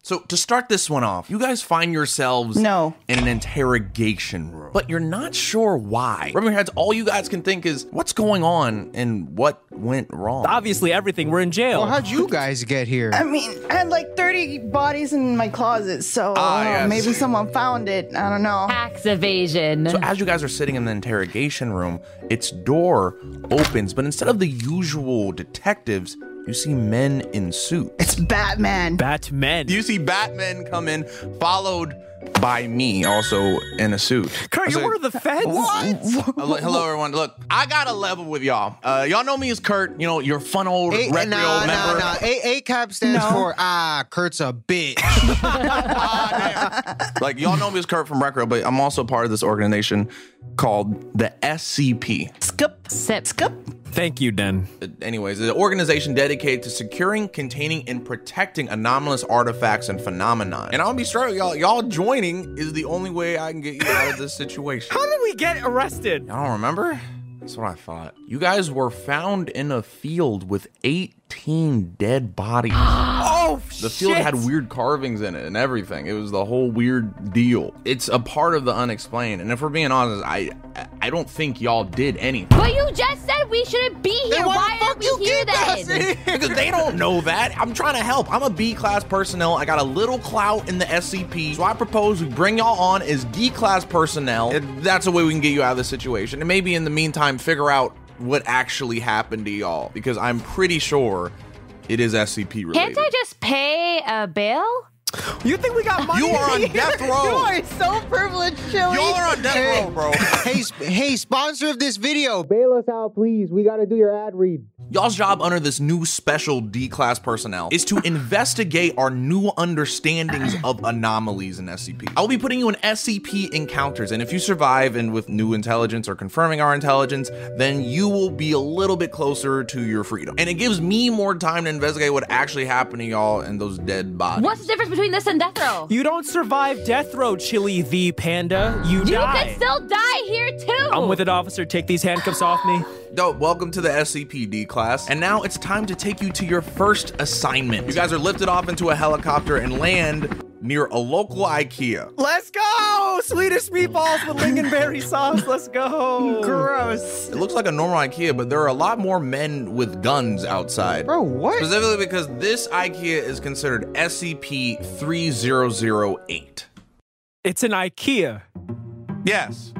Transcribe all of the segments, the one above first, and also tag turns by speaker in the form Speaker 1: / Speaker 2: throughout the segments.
Speaker 1: So to start this one off, you guys find yourselves
Speaker 2: No.
Speaker 1: in an interrogation room, but you're not sure why. From your heads, all you guys can think is what's going on and what went wrong.
Speaker 3: Obviously, everything. We're in jail.
Speaker 4: Well, Oh, how'd you guys get here?
Speaker 2: I mean, I had like 30 bodies in my closet, so
Speaker 1: Ah,
Speaker 2: uh,
Speaker 1: yes.
Speaker 2: maybe someone found it. I don't know.
Speaker 5: Tax evasion.
Speaker 1: So as you guys are sitting in the interrogation room, its door opens, but instead of the usual detectives, you see men in suits.
Speaker 2: It's Batman.
Speaker 3: Batman.
Speaker 1: You see Batman come in, followed by me, also in a suit.
Speaker 3: Kurt, you're
Speaker 1: So-
Speaker 3: one of the feds.
Speaker 1: Hello, hello, everyone. Uh, Look, I got a level with y'all. Uh, y'all know me as Kurt. You know your fun old
Speaker 4: A-
Speaker 1: recreal
Speaker 4: nah, nah,
Speaker 1: member.
Speaker 4: nah. A- ACAB stands
Speaker 2: No.
Speaker 4: for ah, Kurt's a bitch.
Speaker 1: Ah, Like y'all know me as Kurt from Recreo, but I'm also part of this organization called the SCP.
Speaker 2: Skip.
Speaker 5: Sip.
Speaker 2: Skip.
Speaker 3: Thank you, Den.
Speaker 1: Uh, anyways, the organization dedicated to securing, containing, and protecting anomalous artifacts and phenomenon. And I'll be straight, with y'all. Y'all joining is the only way I can get you out of this situation.
Speaker 3: How did we get arrested?
Speaker 1: I don't remember. That's what I thought. You guys were found in a field with 18 dead bodies.
Speaker 3: Oh,
Speaker 1: The field had weird carvings in it and everything. It was the whole weird deal. It's a part of the unexplained. And if we're being honest, I I don't think y'all did anything.
Speaker 5: But you just said we shouldn't be here. Why are we here then?
Speaker 1: because they don't know that. I'm trying to help. I'm a B class personnel. I got a little clout in the SCP. So I propose we bring y'all on as D class personnel. And That's the way we can get you out of this situation. And maybe in the meantime, figure out what actually happened to y'all. Because I'm pretty sure it is SCP related.
Speaker 5: Can't I just pay a bill?
Speaker 3: You think we got money?
Speaker 1: you are on death
Speaker 2: You
Speaker 1: row.
Speaker 2: are so privileged, Chili.
Speaker 1: Y'all are on death row, bro.
Speaker 4: hey, sp- hey, sponsor of this video, bail us out, please. We gotta do your ad read.
Speaker 1: Y'all's job under this new special D class personnel is to investigate our new understandings of anomalies in SCP. I'll be putting you in SCP encounters, and if you survive and with new intelligence or confirming our intelligence, then you will be a little bit closer to your freedom. And it gives me more time to investigate what actually happened to y'all and those dead bodies.
Speaker 5: What's the difference between this and death row?
Speaker 3: You don't survive death row, Chili the Panda. You,
Speaker 5: You
Speaker 3: die.
Speaker 5: can still die here too.
Speaker 3: I'm with it, officer. Take these handcuffs off me.
Speaker 1: No, welcome to the SCPD class. And now it's time to take you to your first assignment. You guys are lifted off into a helicopter and land near a local IKEA.
Speaker 3: Let's go! Swedish meatballs with lingonberry sauce. Let's go.
Speaker 2: Gross.
Speaker 1: It looks like a normal IKEA, but there are a lot more men with guns outside.
Speaker 4: Bro, what?
Speaker 1: Specifically because this IKEA is considered SCP 3008.
Speaker 3: It's an IKEA.
Speaker 1: Yes.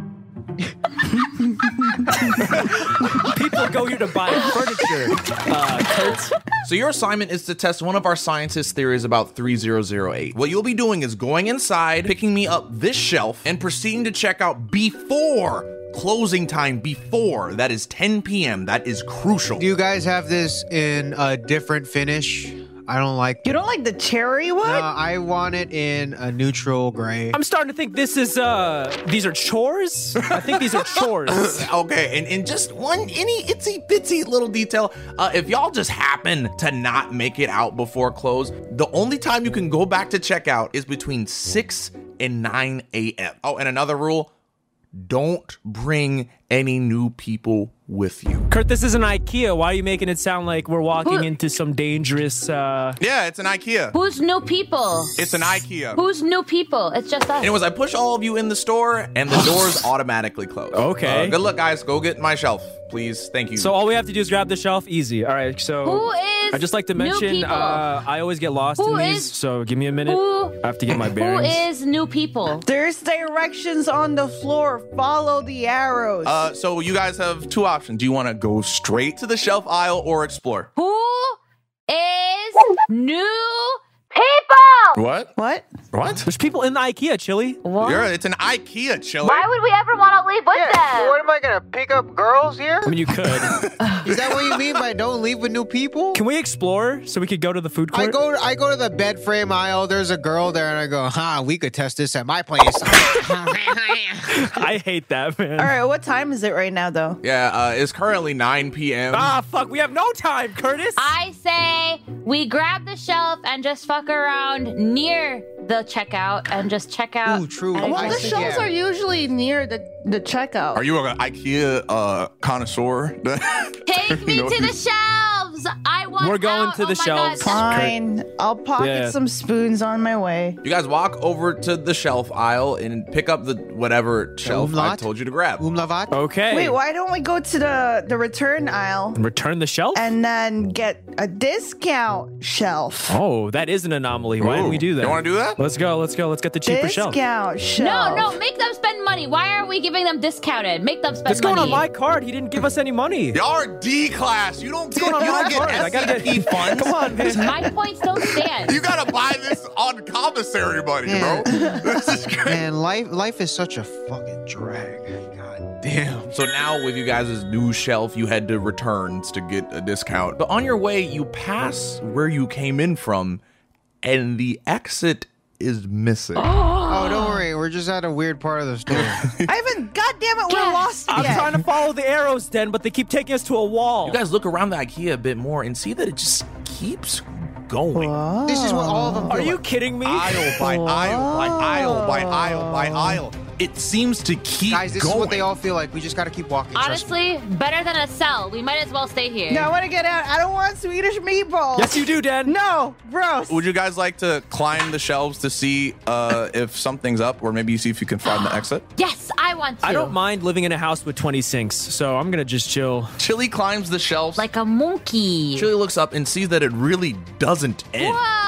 Speaker 3: People go here to buy furniture. Uh, Kurt's
Speaker 1: So your assignment is to test one of our scientists' theories about 3008. What you'll be doing is going inside, picking me up this shelf, and proceeding to check out before closing time before that is 10 p.m. That is crucial.
Speaker 4: Do you guys have this in a different finish? I don't like.
Speaker 2: You don't like the cherry one?
Speaker 4: No, I want it in a neutral gray.
Speaker 3: I'm starting to think this is uh these are chores. I think these are chores.
Speaker 1: Okay, and in just one any itsy bitsy little detail, uh, if y'all just happen to not make it out before close, the only time you can go back to checkout is between 6 and 9 a.m. Oh, and another rule don't bring any new people with you.
Speaker 3: Kurt, this is an IKEA. Why are you making it sound like we're walking
Speaker 5: Who-
Speaker 3: into some dangerous uh
Speaker 1: Yeah, it's an IKEA.
Speaker 5: Who's new people?
Speaker 1: It's an IKEA.
Speaker 5: Who's new people? It's just us.
Speaker 1: Anyways, I push all of you in the store and the doors automatically close.
Speaker 3: Okay.
Speaker 1: Uh, good luck, guys. Go get my shelf, please. Thank you.
Speaker 3: So all we have to do is grab the shelf easy. All right, so
Speaker 5: Who is
Speaker 3: I just like to
Speaker 5: new
Speaker 3: mention
Speaker 5: people?
Speaker 3: uh I always get lost
Speaker 5: Who
Speaker 3: in these,
Speaker 5: is-
Speaker 3: so give me a minute.
Speaker 5: who-
Speaker 3: I have to get my
Speaker 5: Who
Speaker 3: bearings.
Speaker 5: is new people?
Speaker 2: There's directions on the floor. Follow the arrows.
Speaker 1: uh, so you guys have two options. Do you want to go straight to the shelf aisle or explore?
Speaker 5: Who is new people?
Speaker 1: What?
Speaker 2: what?
Speaker 1: What?
Speaker 3: There's people in the IKEA, Chili.
Speaker 5: What?
Speaker 1: You're, it's an IKEA chiller.
Speaker 5: Why would we ever want to leave with them?
Speaker 4: am I gonna pick up girls here?
Speaker 3: I mean, you could.
Speaker 4: Is that what you mean by don't leave with new people?
Speaker 3: Can we explore so we could go to the food
Speaker 4: I
Speaker 3: court?
Speaker 4: go, I go to the bed frame aisle. There's a girl there, and I go, "Ha, we could test this at my place."
Speaker 3: I hate that, man.
Speaker 2: All right, what time is it right now, though?
Speaker 1: Yeah, uh, it's currently 9 p.m.
Speaker 3: Ah, fuck. We have no time, Curtis.
Speaker 5: I say we grab the shelf and just fuck around near the checkout and just check out.
Speaker 4: Ooh, true.
Speaker 5: and-
Speaker 4: Well, I
Speaker 2: Well, the
Speaker 4: see,
Speaker 2: shelves
Speaker 4: yeah.
Speaker 2: are usually near the, the checkout.
Speaker 1: Are you an IKEA uh, connoisseur?
Speaker 5: Take me to the shelves. I one
Speaker 3: We're going
Speaker 5: out.
Speaker 3: to the
Speaker 5: oh my
Speaker 3: shelves.
Speaker 5: God.
Speaker 2: Fine. I'll pocket
Speaker 3: Yeah.
Speaker 2: some spoons on my way.
Speaker 1: You guys walk over to the shelf aisle and pick up the whatever shelf I
Speaker 4: umlaut?
Speaker 1: told you to grab.
Speaker 4: Umlavat?
Speaker 3: Okay.
Speaker 2: Wait, why don't we go to the the return aisle
Speaker 3: Return the shelf?
Speaker 2: and then get a discount shelf?
Speaker 3: oh, that is an anomaly. Why didn't we do that?
Speaker 1: You want to do that?
Speaker 3: Let's go. Let's go. Let's get the cheaper shelf.
Speaker 2: discount
Speaker 5: No,
Speaker 2: shelf.
Speaker 5: no, make them spend money. Why are we giving them discounted? Make them spend
Speaker 3: It's going
Speaker 5: money.
Speaker 3: on my card. He didn't give us any money.
Speaker 1: Y'all are D class. You don't get, you
Speaker 3: going on
Speaker 1: don't
Speaker 3: my
Speaker 1: get
Speaker 3: card? I gotta
Speaker 1: SCP funds.
Speaker 3: Come on, man.
Speaker 5: My points don't stand.
Speaker 1: You gotta buy this on commissary money, bro. This is crazy.
Speaker 4: Man, life life is such a fucking drag. God damn.
Speaker 1: So now, with you guys' new shelf, you head to returns to get a discount. But on your way, you pass where you came in from, and the exit is missing.
Speaker 4: Oh, don't worry. We're just at a weird part of the store.
Speaker 2: I haven't. God damn it, we're
Speaker 5: Yes.
Speaker 2: lost
Speaker 3: I'm
Speaker 2: again.
Speaker 3: trying to follow the arrows den, but they keep taking us to a wall.
Speaker 1: You guys look around the IKEA a bit more and see that it just keeps going.
Speaker 4: this is what all of them do.
Speaker 3: Are you kidding me?
Speaker 1: Aisle by aisle by aisle by aisle by aisle. It seems to keep
Speaker 4: Guys, this
Speaker 1: going.
Speaker 4: is what they all feel like. We just gotta keep walking. Trust me.
Speaker 5: Honestly, better than a cell. We might as well stay here.
Speaker 2: No, I want to get out. I don't want Swedish meatballs.
Speaker 3: yes, you do, Den.
Speaker 2: No, gross.
Speaker 1: Would you guys like to climb the shelves to see uh, if something's up, or maybe you see if you can find the exit?
Speaker 5: Yes, I want to.
Speaker 3: I don't mind living in a house with 20 sinks, so I'm gonna just chill.
Speaker 1: Chili climbs the shelves.
Speaker 5: Like a monkey.
Speaker 1: Chili looks up and sees that it really doesn't end.
Speaker 5: Whoa.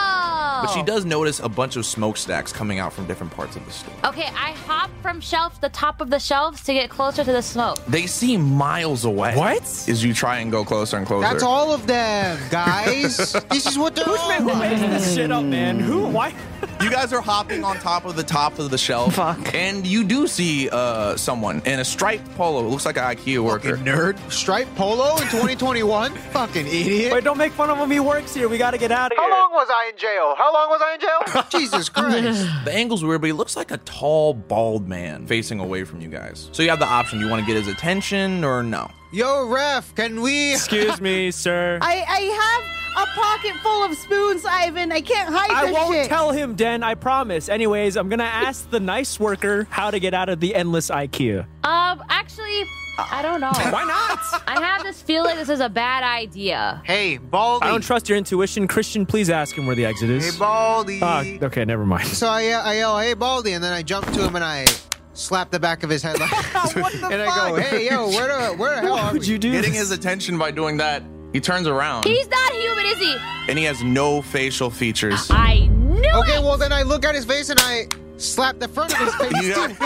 Speaker 1: But
Speaker 5: Oh.
Speaker 1: she does notice a bunch of smokestacks coming out from different parts of the store.
Speaker 5: Okay, I hop from shelf the top of the shelves to get closer to the smoke.
Speaker 1: They seem miles away.
Speaker 3: What?
Speaker 1: As you try and go closer and closer.
Speaker 4: That's all of them, guys. this is what they're all
Speaker 3: Who
Speaker 4: like.
Speaker 3: makes this shit up, man? Who? Why?
Speaker 1: You guys are hopping on top of the top of the shelf.
Speaker 2: Fuck.
Speaker 1: And you do see uh, someone in a striped polo. It looks like an IKEA worker.
Speaker 4: nerd. Striped polo in 2021? Fucking idiot.
Speaker 3: Wait, don't make fun of him. He works here. We gotta get out of here.
Speaker 4: How long was I in jail? How long was I in jail? Jesus Christ.
Speaker 1: The angle's weird, but he looks like a tall, bald man facing away from you guys. So you have the option. You want to get his attention or no?
Speaker 4: Yo, ref, can we?
Speaker 3: Excuse me, sir.
Speaker 2: I, I have a pocket full of spoons, Ivan. I can't hide
Speaker 3: I
Speaker 2: this
Speaker 3: won't
Speaker 2: shit.
Speaker 3: tell him, Den. I promise. Anyways, I'm gonna ask the nice worker how to get out of the endless IKEA.
Speaker 5: Um, actually, I don't know.
Speaker 3: Why not?
Speaker 5: I have this feeling this is a bad idea.
Speaker 4: Hey, Baldy.
Speaker 3: I don't trust your intuition, Christian. Please ask him where the exit
Speaker 4: hey,
Speaker 3: is.
Speaker 4: Baldy.
Speaker 3: Ah, okay, never mind.
Speaker 4: so I, yell- I yell, hey, Baldy, and then I jump to him and I slap the back of his head. Like,
Speaker 2: what the
Speaker 4: and I
Speaker 2: fuck?
Speaker 4: go, hey, yo, where the, where the hell
Speaker 3: Why
Speaker 4: are
Speaker 3: would
Speaker 4: we?
Speaker 3: you do
Speaker 1: Getting
Speaker 3: this?
Speaker 1: his attention by doing that, he turns around
Speaker 5: He's not human, is he?
Speaker 1: and he has no facial features.
Speaker 5: I knew
Speaker 4: okay,
Speaker 5: it.
Speaker 4: well, then I look at his face and I slap the front of his face, too.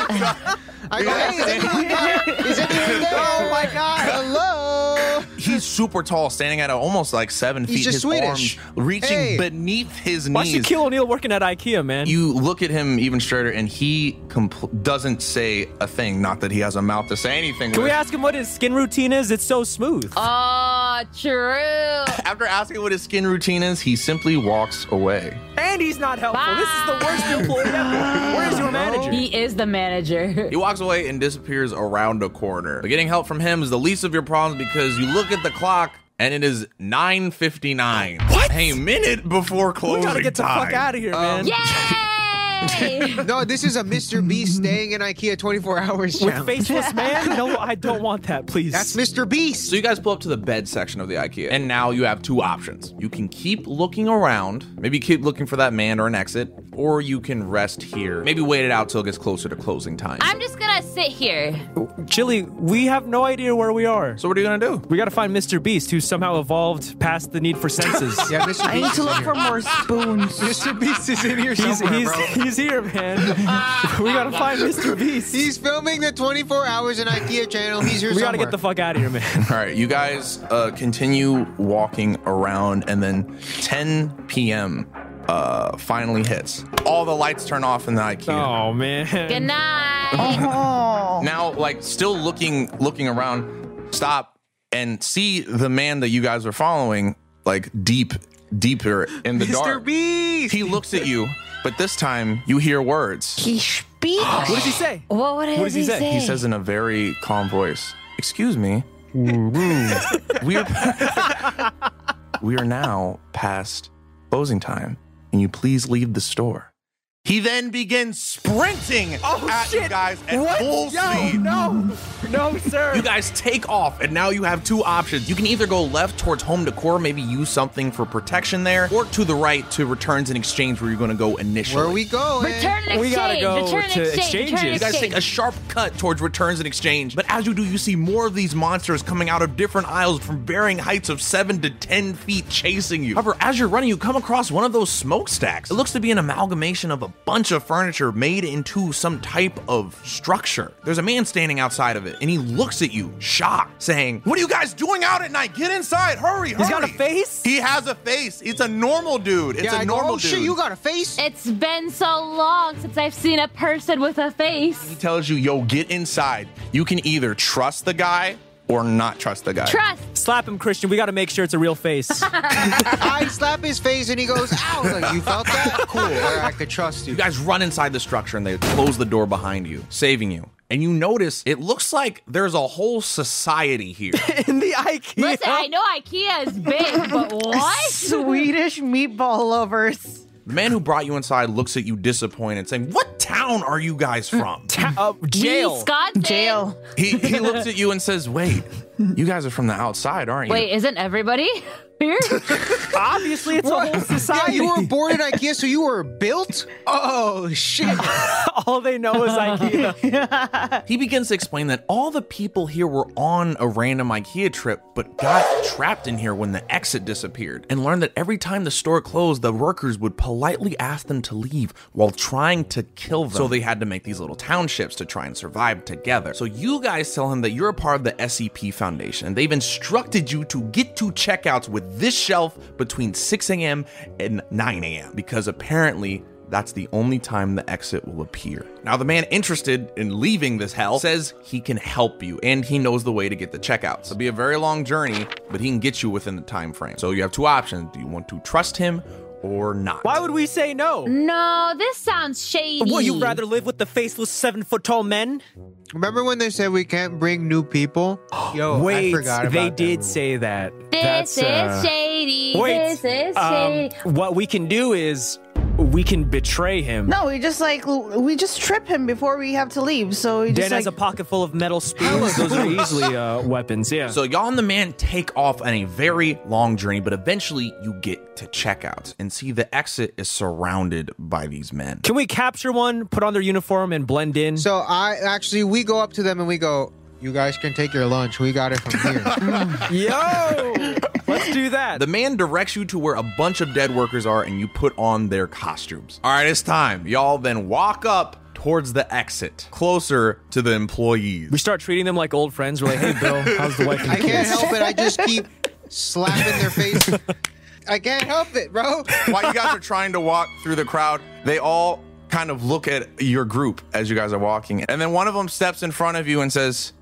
Speaker 4: I go, hey, is anyone there? Is anyone there? Oh, my God. Hello.
Speaker 1: He's super tall, standing at almost like seven
Speaker 4: He's
Speaker 1: feet.
Speaker 4: just
Speaker 1: his
Speaker 4: Swedish.
Speaker 1: arms reaching
Speaker 4: Hey.
Speaker 1: beneath his
Speaker 3: Why
Speaker 1: knees.
Speaker 3: should Kill O'Neill working at IKEA, man?
Speaker 1: you look at him even straighter, and he compl- doesn't say a thing. Not that he has a mouth to say anything.
Speaker 3: Can
Speaker 1: with.
Speaker 3: we ask him what his skin routine is? It's so smooth.
Speaker 5: Oh, true.
Speaker 1: After asking what his skin routine is, he simply walks away.
Speaker 3: and he's not helpful. This is the worst employee ever. Where's your manager?
Speaker 5: He is the manager.
Speaker 1: He walks away and disappears around a corner. But getting help from him is the least of your problems because you look at the clock and it is 9:59.
Speaker 3: What?
Speaker 1: A minute before closing
Speaker 3: we gotta get the
Speaker 1: time.
Speaker 3: fuck out of here, man.
Speaker 5: Yay!
Speaker 4: No, this is a Mr. Beast staying in IKEA 24 hours.
Speaker 3: With
Speaker 4: challenge.
Speaker 3: faceless man? No, I don't want that, please.
Speaker 4: That's Mr. Beast.
Speaker 1: So you guys pull up to the bed section of the IKEA, and now you have two options. You can keep looking around, maybe keep looking for that man or an exit, or you can rest here. Maybe wait it out till it gets closer to closing time.
Speaker 5: I'm just gonna sit here.
Speaker 3: Chili, we have no idea where we are.
Speaker 1: so what are you gonna do?
Speaker 3: We gotta find Mr. Beast, who somehow evolved past the need for senses.
Speaker 4: Yeah, Mr.
Speaker 2: I need
Speaker 4: Beast.
Speaker 2: to look for more spoons.
Speaker 4: Mr. Beast is in here
Speaker 3: He's,
Speaker 4: somewhere,
Speaker 3: he's,
Speaker 4: bro.
Speaker 3: he's here, man. we gotta find Mr. Beast.
Speaker 4: He's filming the 24 hours in IKEA channel. He's here
Speaker 3: we
Speaker 4: somewhere.
Speaker 3: gotta get the fuck out of here, man.
Speaker 1: All right, you guys uh, continue walking around, and then 10 p.m. Uh, finally hits. All the lights turn off in the IKEA.
Speaker 3: Oh, man.
Speaker 5: Good night.
Speaker 2: Oh,
Speaker 1: Now, like, still looking, looking around, stop and see the man that you guys are following, like deep, deeper in the dark.
Speaker 4: Mr. Beast.
Speaker 1: He looks at you, but this time you hear words.
Speaker 2: he speaks.
Speaker 3: What does he say?
Speaker 5: What would
Speaker 3: does he say?
Speaker 1: He says in a very calm voice, "Excuse me. we are we are now past closing time. Can you please leave the store?" He then begins sprinting
Speaker 3: Oh
Speaker 1: at
Speaker 3: shit!
Speaker 1: you guys at
Speaker 3: what?
Speaker 1: full
Speaker 3: Yo,
Speaker 1: speed.
Speaker 3: no, no, sir.
Speaker 1: You guys take off, and now you have two options. You can either go left towards home decor, maybe use something for protection there, or to the right to returns and exchange where you're going to go initially.
Speaker 4: Where we going?
Speaker 5: Return and
Speaker 3: We gotta
Speaker 5: exchange.
Speaker 3: go
Speaker 5: return and
Speaker 3: to
Speaker 5: exchange. Return and
Speaker 3: exchanges.
Speaker 1: You guys take a sharp cut towards returns and exchange, but as you do, you see more of these monsters coming out of different aisles from varying heights of seven to ten feet chasing you. However, as you're running, you come across one of those smokestacks. It looks to be an amalgamation of a bunch of furniture made into some type of structure. There's a man standing outside of it, and he looks at you, shocked, saying, What are you guys doing out at night? Get inside, hurry, hurry.
Speaker 3: He's got a face?
Speaker 1: He has a face. It's a normal dude. It's
Speaker 4: Yeah,
Speaker 1: a
Speaker 4: I go,
Speaker 1: normal
Speaker 4: oh,
Speaker 1: dude.
Speaker 4: shit, you got a face?
Speaker 5: It's been so long since I've seen a person with a face.
Speaker 1: tells you, yo, get inside. You can either trust the guy or not trust the guy.
Speaker 5: Trust.
Speaker 3: Slap him, Christian. We got to make sure it's a real face.
Speaker 4: I slap his face and he goes, ow. Like, you felt that? Cool. All right, I could trust you.
Speaker 1: You guys run inside the structure and they close the door behind you, saving you. And you notice it looks like there's a whole society here.
Speaker 3: In the IKEA.
Speaker 5: Listen, I know IKEA is big, but what?
Speaker 2: Swedish meatball lovers.
Speaker 1: the man who brought you inside looks at you disappointed, saying, What town are you guys from?
Speaker 3: Uh, jail.
Speaker 5: Wisconsin.
Speaker 2: Jail.
Speaker 1: he, he looks at you and says, Wait, you guys are from the outside, aren't you?
Speaker 5: Wait, isn't everybody here?
Speaker 3: Obviously, it's a whole
Speaker 4: Yeah,
Speaker 3: society.
Speaker 4: you were born in IKEA, so you were built? Oh, shit.
Speaker 3: All they know is IKEA.
Speaker 1: He begins to explain that all the people here were on a random IKEA trip, but got trapped in here when the exit disappeared, and learned that every time the store closed, the workers would politely ask them to leave while trying to kill them. So they had to make these little townships to try and survive together. So you guys tell him that you're a part of the SCP Foundation, and they've instructed you to get to checkouts with this shelf between 6 a.m. and 9 a.m. because apparently that's the only time the exit will appear. Now, the man interested in leaving this hell says he can help you and he knows the way to get the checkouts. It'll be a very long journey, but he can get you within the time frame. So you have two options. Do you want to trust him or not?
Speaker 3: Why would we say no?
Speaker 5: no, this sounds shady.
Speaker 3: Would you rather live with the faceless seven foot tall men?
Speaker 4: Remember when they said we can't bring new people? Yo,
Speaker 3: Wait,
Speaker 4: I forgot about
Speaker 3: they
Speaker 4: that
Speaker 3: did
Speaker 4: rule.
Speaker 3: say that.
Speaker 5: This
Speaker 3: That's, uh,
Speaker 5: is shady.
Speaker 3: Wait,
Speaker 5: this is
Speaker 3: um,
Speaker 5: shady.
Speaker 3: what we can do is we can betray him.
Speaker 2: No, we just like we just trip him before we have to leave. So we
Speaker 3: Dan
Speaker 2: just
Speaker 3: has a
Speaker 2: like
Speaker 3: pocket full of metal spoons. Those are easily uh, weapons. Yeah.
Speaker 1: So y'all and the man take off on a very long journey, but eventually you get to checkouts and see the exit is surrounded by these men.
Speaker 3: can we capture one, put on their uniform, and blend in?
Speaker 4: So I actually, we go up to them and we go, you guys can take your lunch. We got it from here.
Speaker 3: Yo, let's do that.
Speaker 1: The man directs you to where a bunch of dead workers are and you put on their costumes. All right, it's time. Y'all then walk up towards the exit, closer to the employees.
Speaker 3: we start treating them like old friends. We're like, hey, Bill, how's the wife and
Speaker 4: I
Speaker 3: the
Speaker 4: can't
Speaker 3: kids?
Speaker 4: help it. I just keep slapping their face. I can't help it, bro.
Speaker 1: While you guys are trying to walk through the crowd, they all kind of look at your group as you guys are walking. And then one of them steps in front of you and says,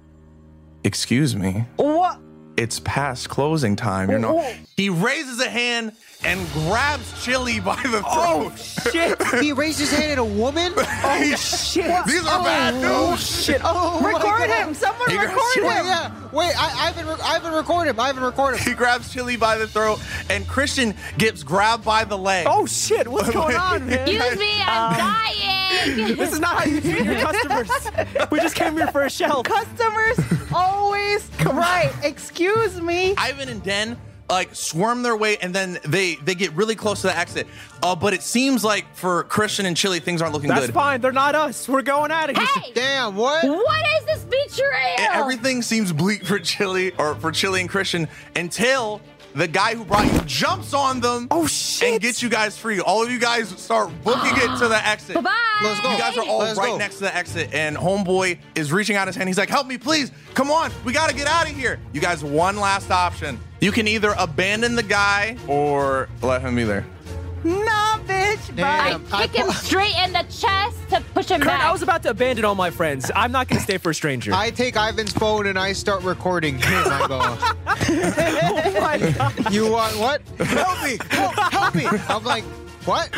Speaker 1: Excuse me,
Speaker 2: what?
Speaker 1: it's past closing time. You're not. He raises a hand and grabs Chili by the throat.
Speaker 3: Oh shit!
Speaker 4: He raised his hand at a woman.
Speaker 3: Oh shit!
Speaker 1: These are bad
Speaker 3: Oh
Speaker 1: news.
Speaker 3: shit!
Speaker 4: Oh, my
Speaker 2: Record
Speaker 4: God.
Speaker 2: him! Someone
Speaker 1: He got
Speaker 2: record
Speaker 4: Wait,
Speaker 2: him!
Speaker 4: yeah. Wait, I, I've been, rec- I've been recording him. I've been recording him.
Speaker 1: He grabs Chili by the throat, and Christian gets grabbed by the leg.
Speaker 3: Oh shit! What's going on, man?
Speaker 5: Excuse me, I'm dying.
Speaker 3: This is not how you treat your customers. We just came here for a shelf.
Speaker 2: Customers always right. Excuse me.
Speaker 1: Ivan and Den like swarm their way and then they they get really close to the exit. Uh, but it seems like for Christian and Chili, things aren't looking
Speaker 3: That's
Speaker 1: good.
Speaker 3: fine. They're not us. We're going at it.
Speaker 5: hey,
Speaker 4: Damn, what?
Speaker 5: what is this betrayal?
Speaker 1: And E, everything seems bleak for Chili or for Chili and Christian until the guy who brought you jumps on them
Speaker 3: Oh shit!
Speaker 1: and gets you guys free. All of you guys start booking it to the exit.
Speaker 5: Bye bye.
Speaker 4: Let's go.
Speaker 1: You guys are all right
Speaker 4: Let's go.
Speaker 1: next to the exit, and Homeboy is reaching out his hand. He's like, Help me, please. Come on. We got to get out of here. You guys, one last option. You can either abandon the guy or let him be there.
Speaker 2: Nah, bitch. Bye.
Speaker 5: I
Speaker 4: Damn. I
Speaker 5: kick him
Speaker 4: pu-
Speaker 5: straight in the chest to push him
Speaker 3: Kurt,
Speaker 5: back.
Speaker 3: I was about to abandon all my friends. I'm not gonna stay for a stranger.
Speaker 4: I take Ivan's phone and I start recording him. I go,
Speaker 3: oh my god!
Speaker 4: you want what? Help me! Help, help me! I'm like, what?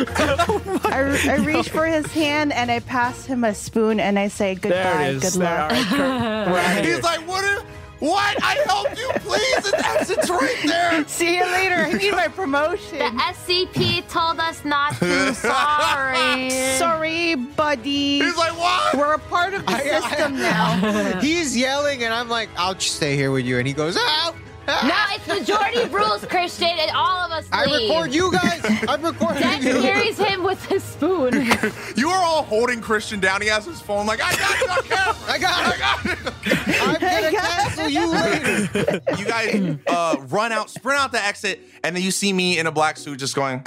Speaker 2: I, I reach for his hand and I pass him a spoon and I say
Speaker 3: There
Speaker 2: goodbye.
Speaker 3: it is.
Speaker 2: Good
Speaker 3: There,
Speaker 2: luck.
Speaker 3: all right, Kurt, we're outta here.
Speaker 1: He's like, What? If, What? I helped you, please. The exit's right there.
Speaker 2: See you later. I need my promotion.
Speaker 5: The SCP told us not to. Sorry.
Speaker 2: Sorry, buddy.
Speaker 1: He's like, what?
Speaker 2: We're a part of the
Speaker 4: I- I-
Speaker 2: system now.
Speaker 4: He's yelling, and I'm like, I'll just stay here with you. And he goes, "Ah, out.
Speaker 5: No, it's majority rules, Christian, and all of us
Speaker 4: I
Speaker 5: leave.
Speaker 4: record you guys. I'm recording
Speaker 5: Then
Speaker 4: you.
Speaker 5: carries him with his spoon.
Speaker 1: You are all holding Christian down. He has his phone. Like, I got it on camera.
Speaker 4: I got it.
Speaker 1: I got it.
Speaker 4: I'm gonna cancel you later.
Speaker 1: You guys uh, run out, sprint out the exit, and then you see me in a black suit just going,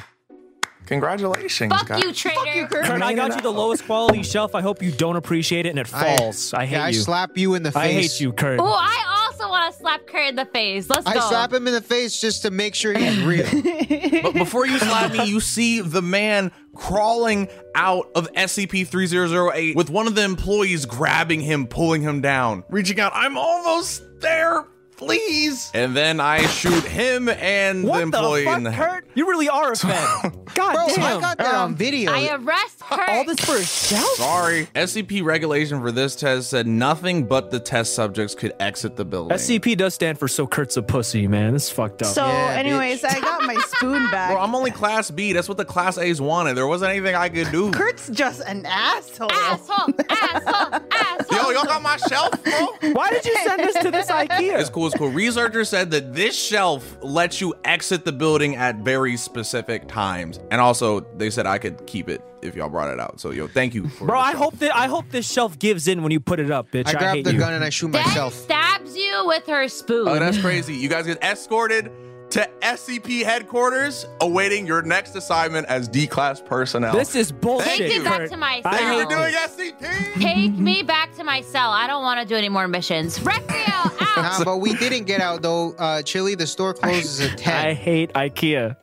Speaker 1: Congratulations,
Speaker 5: Fuck
Speaker 1: guys.
Speaker 5: you, traitor.
Speaker 3: Kurt, I got you the lowest quality shelf. I hope you don't appreciate it and it
Speaker 4: I-
Speaker 3: falls. I, hate
Speaker 4: I
Speaker 3: you.
Speaker 4: slap you in the face.
Speaker 3: I hate you, Kurt.
Speaker 5: Ooh, I also want to slap Kurt in the face. Let's
Speaker 4: I
Speaker 5: go.
Speaker 4: slap him in the face just to make sure he's real.
Speaker 1: But before you slap me, you see the man crawling out of E SCP 3008 with one of the employees grabbing him, pulling him down, reaching out, I'm almost there, please. And then I shoot him and
Speaker 3: what
Speaker 1: the employee
Speaker 3: the fuck,
Speaker 1: in the head.
Speaker 3: Kurt? You really are a fan. God
Speaker 4: Bro,
Speaker 3: damn.
Speaker 4: I got that on video.
Speaker 5: I arrest Kurt.
Speaker 3: All this for a shelf?
Speaker 1: Sorry. SCP regulation for this test said nothing but the test subjects could exit the building.
Speaker 3: SCP does stand for So Kurt's a Pussy, man. This is fucked up.
Speaker 2: So,
Speaker 4: Yeah,
Speaker 2: anyways, I got my spoon back.
Speaker 1: Bro, I'm only class B. That's what the class A's wanted. There wasn't anything I could do.
Speaker 2: Kurt's just an asshole.
Speaker 5: asshole, asshole, asshole.
Speaker 1: Yo, y'all got my shelf, bro?
Speaker 3: Why did you send this to this IKEA?
Speaker 1: It's cool, it's cool. Researchers said that this shelf lets you exit the building at very specific times. And also, they said I could keep it if y'all brought it out. So, yo, thank you. For
Speaker 3: Bro,
Speaker 1: the
Speaker 3: I
Speaker 1: shelf.
Speaker 3: hope that I hope this shelf gives in when you put it up, bitch. I,
Speaker 4: I grab
Speaker 3: hate
Speaker 4: the
Speaker 3: you.
Speaker 4: gun and I shoot
Speaker 5: Then
Speaker 4: myself.
Speaker 5: stabs you with her spoon.
Speaker 1: Oh, that's crazy. You guys get escorted to SCP headquarters awaiting your next assignment as D class personnel.
Speaker 3: This is bullshit.
Speaker 1: Take it
Speaker 5: back
Speaker 3: Kurt.
Speaker 5: to my
Speaker 3: I
Speaker 1: Thank you
Speaker 3: hate
Speaker 1: for
Speaker 5: cell.
Speaker 1: doing E SCP.
Speaker 5: Take me back to my cell. I don't want to do any more missions. Recreo out.
Speaker 4: Nah, Uh, but we didn't get out though. Uh, Chili, the store closes at
Speaker 3: I
Speaker 4: 10.
Speaker 3: hate IKEA.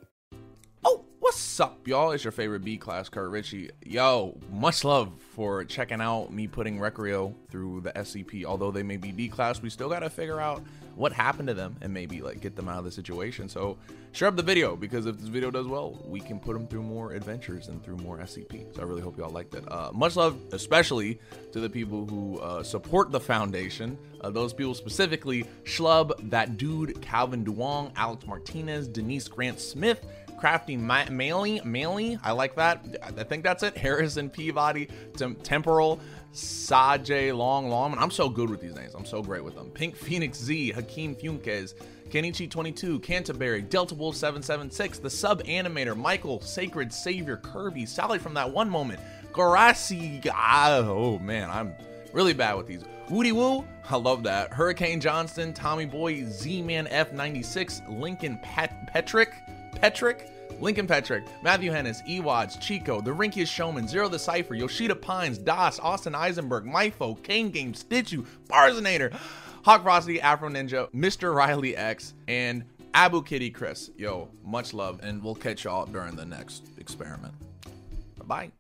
Speaker 1: Oh, what's up, y'all? It's your favorite B class, Kurt Ritchie. Yo, much love for checking out me putting Recreo through the SCP. Although they may be D class, we still gotta figure out what happened to them and maybe like get them out of the situation. So share up the video because if this video does well, we can put them through more adventures and through more SCP. So I really hope y'all liked it. Uh, much love, especially to the people who uh, support the foundation. Uh, those people specifically Schlub, that dude, Calvin Duong, Alex Martinez, Denise Grant Smith. Crafty Ma- Maley, Maley, I like that. I think that's it. Harrison Peabody, Tem- Temporal, Sajay Long Longman. I'm so good with these names. I'm so great with them. Pink Phoenix Z, Hakeem Funquez, Kenichi22, Canterbury, Delta Wolf 776, The Sub Animator, Michael, Sacred Savior, Kirby, Sally from that one moment, Garasi. ah, oh man, I'm Really bad with these. Woody Woo, I love that. Hurricane Johnston, Tommy Boy, Z Man F96, Lincoln Pat- Petrick, Petrick, Lincoln Petrick, Matthew Hennis, Ewads, Chico, The Rinkiest Showman, Zero the Cypher, Yoshida Pines, Das, Austin Eisenberg, Mifo, Kane Game, Stitchu, Barzinator, Hawk Frosty, Afro Ninja, Mr. Riley X, and Abu Kitty Chris. Yo, much love, and we'll catch y'all during the next experiment. Bye bye.